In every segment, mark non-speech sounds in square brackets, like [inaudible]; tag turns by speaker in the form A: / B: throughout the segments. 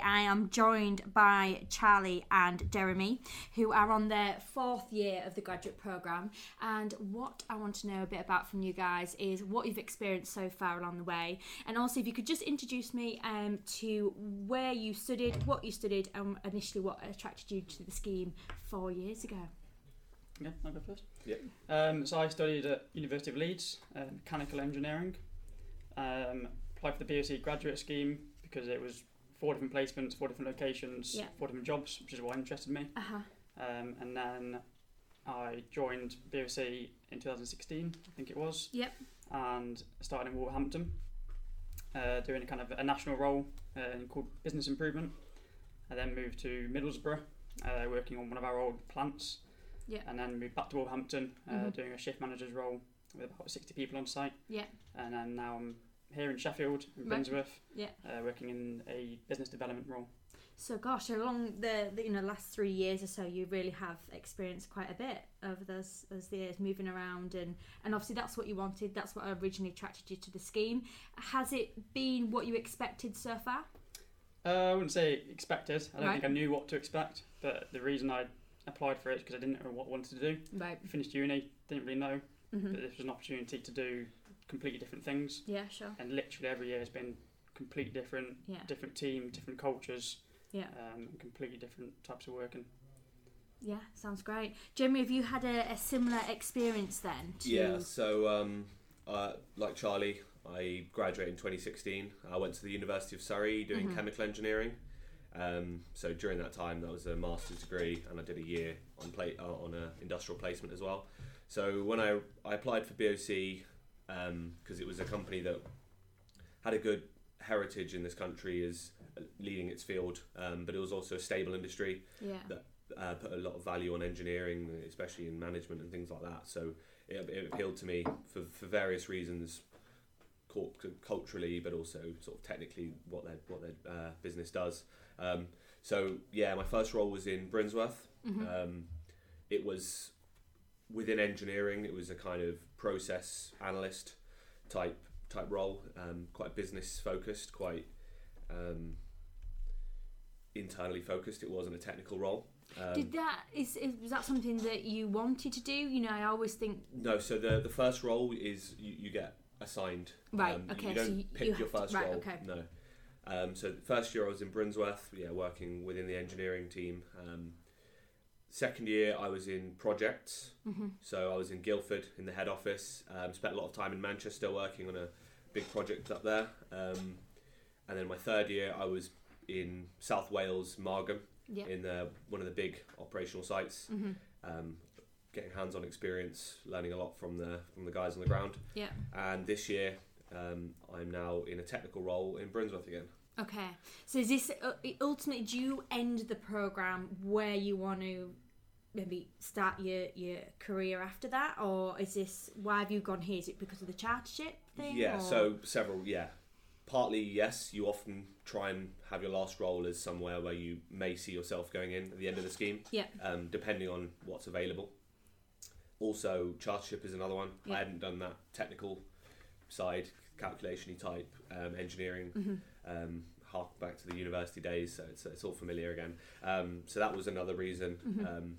A: I am joined by Charlie and Jeremy, who are on their fourth year of the graduate programme. And what I want to know a bit about from you guys is what you've experienced so far along the way. And also, if you could just introduce me um, to where you studied, what you studied, and initially what attracted you to the scheme four years ago.
B: Yeah, I'll go first.
C: Yeah.
B: Um, so I studied at University of Leeds, uh, mechanical engineering. Um, applied for the BSc graduate scheme because it was four different placements, four different locations,
A: Yeah.
B: four different jobs, which is what interested me.
A: Uh huh.
B: Um, and then I joined BSc in 2016, I think it was.
A: Yep.
B: And started in Wolverhampton, uh, doing a kind of a national role uh, called business improvement. I then moved to Middlesbrough, uh, working on one of our old plants.
A: Yep.
B: And then moved back to Wolverhampton, uh,
A: Mhm.
B: doing a shift manager's role with about 60 people on site.
A: Yep.
B: And then now I'm here in Sheffield, in
A: Right.
B: Binsworth,
A: Yep.
B: uh, working in a business development role.
A: So, gosh, along the, the you know last three years or so, you really have experienced quite a bit over those those years moving around, and and obviously that's what you wanted. That's what originally attracted you to the scheme. Has it been what you expected so far?
B: Uh, I wouldn't say expected. I don't
A: Right.
B: think I knew what to expect, but the reason I applied for it is because I didn't know what I wanted to do.
A: Right.
B: Finished uni, didn't really know,
A: hmm
B: but this was an opportunity to do completely different things.
A: Yeah. Sure.
B: And literally every year has been completely different,
A: Yeah.
B: different team, different cultures,
A: Yeah.
B: um, and completely different types of working.
A: Yeah. Sounds great. Jeremy, have you had a, a similar experience then? To,
C: Yeah, so um, uh, like Charlie, I graduated in 2016. I went to the University of Surrey doing
A: Mhm.
C: chemical engineering. Um, so during that time, that was a master's degree, and I did a year on pla- uh, on a industrial placement as well. So when I, I applied for BOC because um, it was a company that had a good heritage in this country as uh, leading its field, um, but it was also a stable industry
A: Yeah.
C: uh, put a lot of value on engineering, especially in management and things like that. So it, it appealed to me for, for various reasons, cor- culturally, but also sort of technically what their what their uh, business does. Um, so yeah, my first role was in Brinsworth.
A: Mhm.
C: Um, it was within engineering. It was a kind of process analyst type type role, um, quite business focused, quite um, internally focused. It wasn't a technical role. Um,
A: Did that is, is was that something that you wanted to do? You know, I always think
C: No, so the the first role is you, you get assigned. um,
A: Right,
C: you-
A: okay,
C: You don't
A: so you-
C: pick
A: you
C: your
A: have to-
C: first
A: right,
C: role.
A: okay.
C: No. Um, so the first year I was in Brinsworth, yeah, working within the engineering team. Um, second year I was in projects,
A: Mhm.
C: so I was in Guildford in the head office. Um, spent a lot of time in Manchester working on a big project up there. Um, and then my third year I was in South Wales, Margam,
A: Yeah.
C: in the, one of the big operational sites
A: mhm,
C: um, getting hands-on experience, learning a lot from the from the guys on the ground.
A: Yeah.
C: And this year, um, I'm now in a technical role in Brinsworth again.
A: Okay. So is this uh, ultimately do you end the program where you want to maybe start your your career after that, or is this why have you gone here? Is it because of the chartership thing?
C: yeah.
A: or-
C: So several. Yeah. Partly yes, you often try and have your last role as somewhere where you may see yourself going in at the end of the scheme.
A: Yeah.
C: Um, depending on what's available. Also, chartership is another one.
A: Yeah.
C: I hadn't done that technical side, calculation type, um, engineering
A: Mhm.
C: um, hark back to the university days, so it's, it's all familiar again. Um, so that was another reason.
A: Mm-hmm.
C: Um,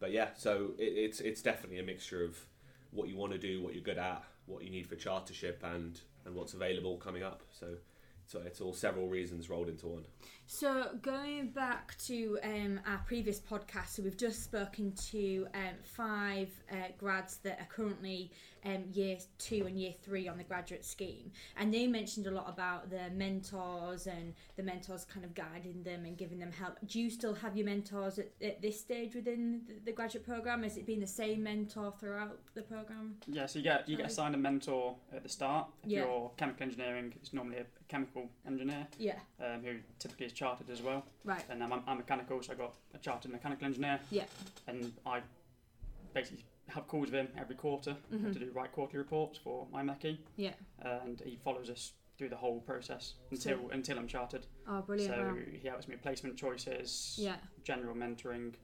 C: but yeah, so it, it's it's definitely a mixture of what you want to do, what you're good at, what you need for chartership, and and what's available coming up. So. So it's all several reasons rolled into one.
A: So going back to um, our previous podcast, so we've just spoken to um, five uh, grads that are currently um, year two and year three on the graduate scheme, and they mentioned a lot about their mentors and the mentors kind of guiding them and giving them help. Do you still have your mentors at, at this stage within the, the graduate program? Has it been the same mentor throughout the program?
B: Yeah, so you get you get
A: Nice.
B: assigned a mentor at the start. If
A: Yeah.
B: you're chemical engineering, it's normally a chemical engineer
A: Yeah.
B: um, who typically is chartered as well.
A: Right.
B: and I'm, I'm mechanical, so I got a chartered mechanical engineer.
A: Yeah.
B: And I basically have calls with him every quarter
A: Mhm.
B: to do write quarterly reports for my mechie.
A: Yeah.
B: And he follows us through the whole process until until I'm chartered.
A: Oh, brilliant.
B: so
A: wow.
B: he helps me with placement choices,
A: Yeah.
B: general mentoring,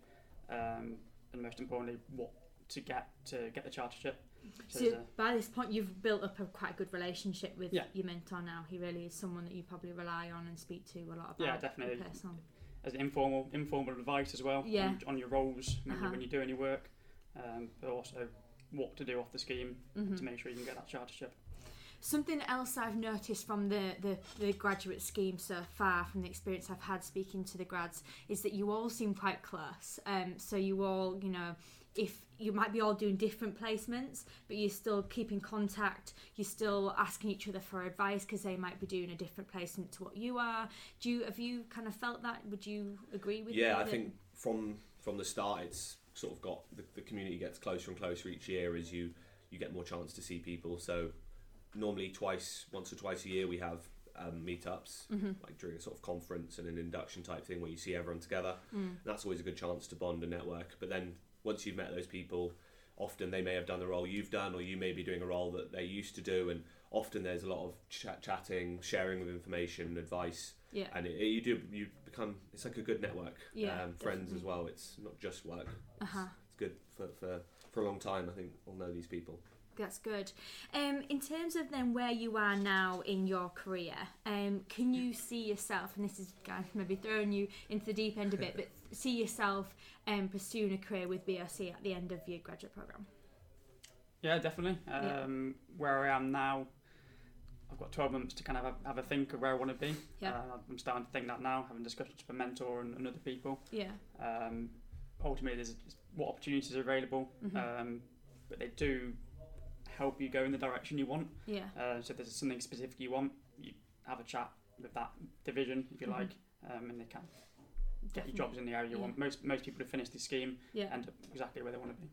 B: um, and most importantly, what to get to get the chartership. So
A: So
B: there's a-
A: by this point, you've built up a quite good relationship with
B: Yeah.
A: your mentor now. He really is someone that you probably rely on and speak to a lot about.
B: Yeah, definitely.
A: your Personal.
B: as informal informal advice as well
A: Yeah.
B: on, on your roles when,
A: Uh-huh.
B: you, when you do any work, um, but also what to do off the scheme
A: Mhm.
B: to make sure you can get that chartership.
A: Something else I've noticed from the, the, the graduate scheme so far, from the experience I've had speaking to the grads, is that you all seem quite close. Um, so you all, you know, if you might be all doing different placements, but you're still keeping contact, you're still asking each other for advice because they might be doing a different placement to what you are. Do you have you kind of felt that? Would you agree with? me
C: yeah, I
A: that-
C: think from from the start, it's sort of got the, the community gets closer and closer each year as you you get more chance to see people. So normally twice, once or twice a year, we have um, meetups like during a sort of conference and an induction type thing where you see everyone together.
A: Mm.
C: And that's always a good chance to bond and network. But then once you've met those people, often they may have done the role you've done, or you may be doing a role that they used to do, and often there's a lot of chat chatting, sharing of information, advice
A: Yeah.
C: and it, you do you become it's like a good network
A: Yeah,
C: um, friends as
A: definitely.
C: well it's not just work
A: Uh huh.
C: it's good for, for for a long time i think i'll know these people
A: That's good. Um, in terms of then where you are now in your career, um, can you see yourself? And this is kind of maybe throwing you into the deep end a bit, but see yourself um, pursuing a career with BRC at the end of your graduate program.
B: Yeah, definitely.
A: Yeah.
B: Um, Where I am now, I've got 12 months to kind of have, have a think of where I want to be.
A: Yeah.
B: Uh, I'm starting to think that now, having discussions with a mentor and, and other people.
A: Yeah.
B: Um, ultimately, there's what opportunities are available,
A: Mhm.
B: um, but they do help you go in the direction you want.
A: Yeah.
B: Uh, so if there's something specific you want, you have a chat with that division, if you
A: Mhm.
B: like, um, and they can get
A: definitely.
B: you jobs in the area you
A: Yeah.
B: want. Most most people who finish this scheme
A: Yeah.
B: end up exactly where they want to be.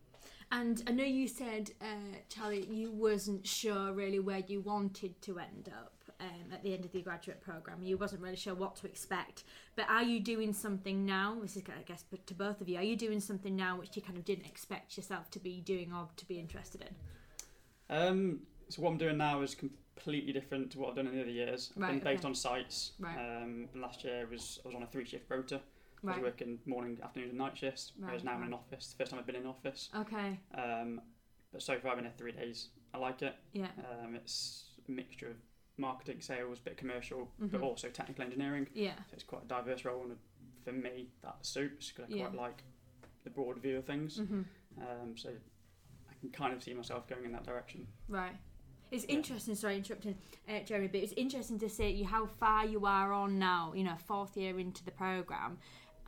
A: And I know you said, uh, Charlie, you wasn't sure really where you wanted to end up um, at the end of your graduate program. You wasn't really sure what to expect. But are you doing something now? This is, I guess, to both of you. Are you doing something now which you kind of didn't expect yourself to be doing or to be interested in?
B: Um, so what I'm doing now is completely different to what I've done in the other years. I've
A: Right,
B: been based
A: okay.
B: on sites.
A: Right.
B: Um, and last year was I was on a three shift rota. I was
A: Right.
B: working morning, afternoon, and night shifts. whereas
A: Right,
B: now I'm in an
A: right. Uh.
B: office. It's the first time I've been in an office.
A: Okay.
B: Um, but so far I've been here three days. I like it.
A: Yeah.
B: Um, it's a mixture of marketing, sales, bit commercial, but
A: Mhm.
B: also technical engineering.
A: Yeah.
B: So it's quite a diverse role, and for me that suits because I
A: Yeah.
B: quite like the broad view of things.
A: Mm-hmm.
B: Um, so I can kind of see myself going in that direction.
A: Right. It's
B: Yeah.
A: interesting. Sorry, interrupting, uh, Jeremy. But it's interesting to see you how far you are on now. You know, fourth year into the program,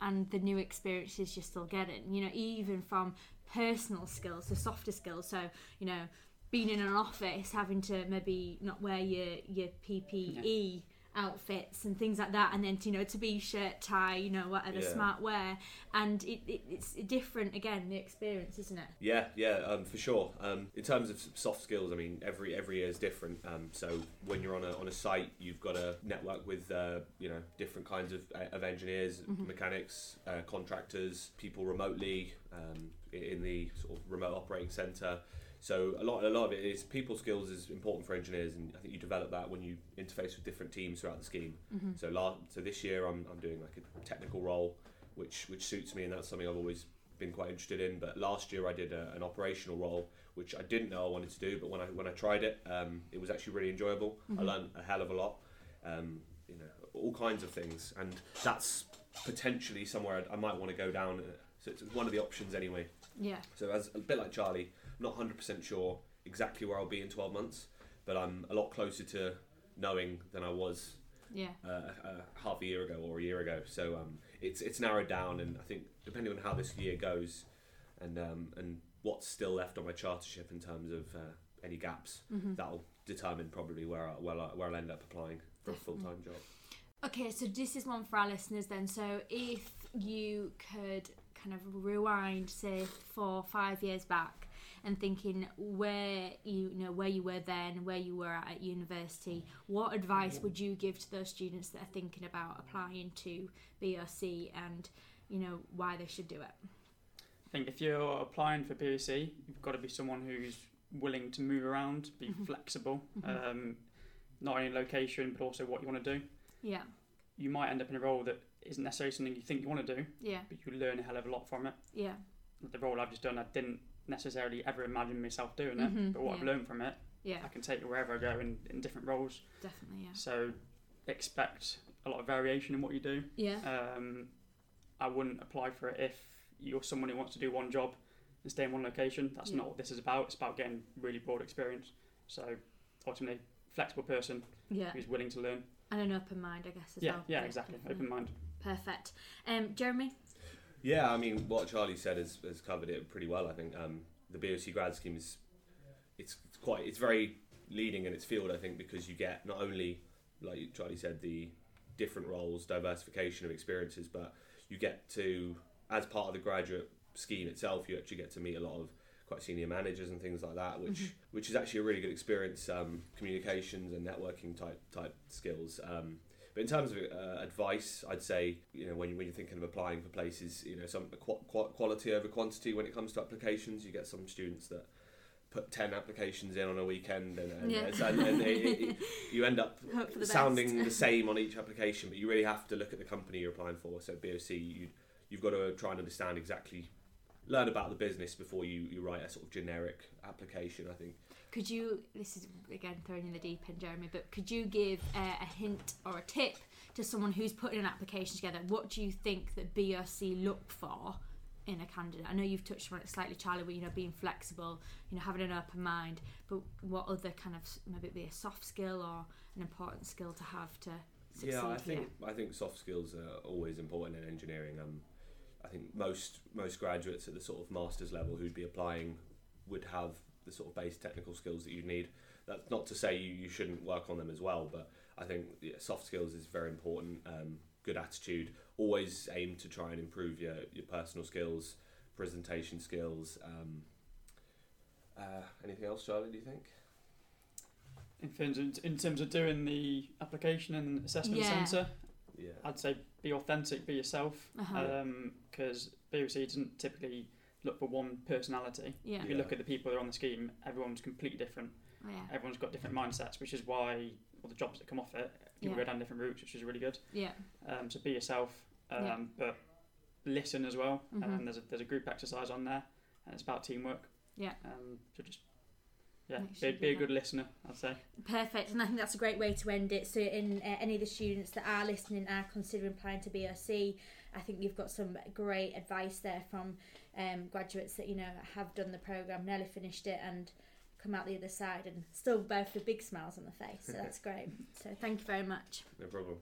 A: and the new experiences you're still getting. You know, even from personal skills to softer skills. So you know, being in an office, having to maybe not wear your your PPE. outfits and things like that and then you know to be shirt tie you know whatever
C: Yeah.
A: smart wear and it, it it's different again the experience isn't it
C: yeah yeah um, for sure um, in terms of s- soft skills i mean every every year is different um, so when you're on a, on a site you've got to network with uh, you know different kinds of, uh, of engineers mechanics uh, contractors people remotely um, i- in the sort of remote operating center So a lot, a lot of it is people skills is important for engineers, and I think you develop that when you interface with different teams throughout the scheme. So last, so this year I'm, I'm doing like a technical role, which which suits me, and that's something I've always been quite interested in. But last year I did a, an operational role, which I didn't know I wanted to do, but when I when I tried it, um, it was actually really enjoyable. I learned a hell of a lot, um, you know, all kinds of things, and that's potentially somewhere I'd- I might want to go down. uh, So it's one of the options anyway.
A: yeah
C: So as a bit like Charlie, I'm not 100% sure exactly where I'll be in 12 months, but I'm a lot closer to knowing than I was
A: yeah
C: uh, uh, half a year ago or a year ago. So um, it's it's narrowed down, and I think depending on how this year goes, and um, and what's still left on my chartership in terms of uh, any gaps, that'll determine probably where I, where I, where I'll end up applying for a full time job.
A: Okay, so this is one for our listeners then. So if you could kind of rewind, say four, five years back, and thinking where you, you know where you were then, where you were at, at university, what advice would you give to those students that are thinking about applying to BRC and you know why they should do it?
B: I think if you're applying for PVC, you've got to be someone who's willing to move around, be flexible,
A: Mhm.
B: um, not only location but also what you want to do.
A: Yeah,
B: You might end up in a role that isn't necessarily something you think you want to do,
A: yeah,
B: but you learn a hell of a lot from it.
A: yeah,
B: The role I've just done, I didn't necessarily ever imagined myself doing it,
A: Mhm,
B: but what I've
A: yeah.
B: learned from it,
A: Yeah,
B: I can take it wherever I go in, in different roles.
A: definitely.
B: So expect a lot of variation in what you do.
A: Yeah. Yeah.
B: Um, I wouldn't apply for it if you're someone who wants to do one job and stay in one location. That's
A: Yeah.
B: not what this is about. It's about getting really broad experience. So ultimately, flexible person
A: Yeah.
B: who's willing to learn.
A: And an open mind, I guess, as
B: yeah,
A: well.
B: yeah, exactly.
A: definitely.
B: Open mind.
A: Perfect. Um, Jeremy?
C: Yeah, I mean, what Charlie said has, has covered it pretty well. I think um, the BOC grad scheme is it's, it's quite it's very leading in its field. I think because you get not only like Charlie said the different roles, diversification of experiences, but you get to as part of the graduate scheme itself, you actually get to meet a lot of quite senior managers and things like that, which which is actually a really good experience. Um, communications and networking type type skills. Um, but in terms of uh, advice, I'd say you know when you when you're thinking of applying for places, you know some qu- qu- quality over quantity when it comes to applications. You get some students that put ten applications in on a weekend, and, and,
A: Yeah.
C: and, and they- it- you end up
A: Hope for the [laughs]
C: sounding
A: best.
C: the same on each application. But you really have to look at the company you're applying for. So BOC, you you've got to try and understand exactly, learn about the business before you, you write a sort of generic application. I think.
A: Could you, this is again throwing you in the deep end, Jeremy, but could you give uh, a hint or a tip to someone who's putting an application together? What do you think that BRC look for in a candidate? I know you've touched on it slightly, Charlie, with you know being flexible, you know having an open mind, but what other kind of maybe it be a soft skill or an important skill to have to succeed
C: yeah, I
A: here?
C: think I think soft skills are always important in engineering. Um, I think most most graduates at the sort of masters level who'd be applying would have the sort of base technical skills that you need. That's not to say you, you shouldn't work on them as well, but I think yeah, soft skills is very important. Um, good attitude. Always aim to try and improve your, your personal skills, presentation skills. Um, uh, anything else, Charlie? Do you think?
B: In terms of, in terms of doing the application and assessment
A: Yeah.
B: centre,
C: Yeah.
B: I'd say be authentic, be yourself, um,
A: Uh-huh.
B: because BOC doesn't typically look for one personality.
A: yeah,
B: If you
C: Yeah.
B: look at the people that are on the scheme, everyone's completely different.
A: Oh, yeah,
B: Everyone's got different mindsets, which is why all the jobs that come off it, people
A: Yeah.
B: go down different routes, which is really good.
A: yeah,
B: Um, so be yourself, um,
A: Yeah.
B: but listen as well.
A: Mhm.
B: Um, there's a there's a group exercise on there, and it's about teamwork.
A: Yeah.
B: Um, so just yeah,
A: Make sure
B: be,
A: you
B: be a
A: do
B: good listener. I'd say.
A: Perfect, and I think that's a great way to end it. So, in uh, any of the students that are listening and are considering applying to BRC, I think you've got some great advice there from um, graduates that you know have done the program, nearly finished it, and come out the other side and still both with big smiles on the face. So that's great. So, thank you very much.
C: No problem.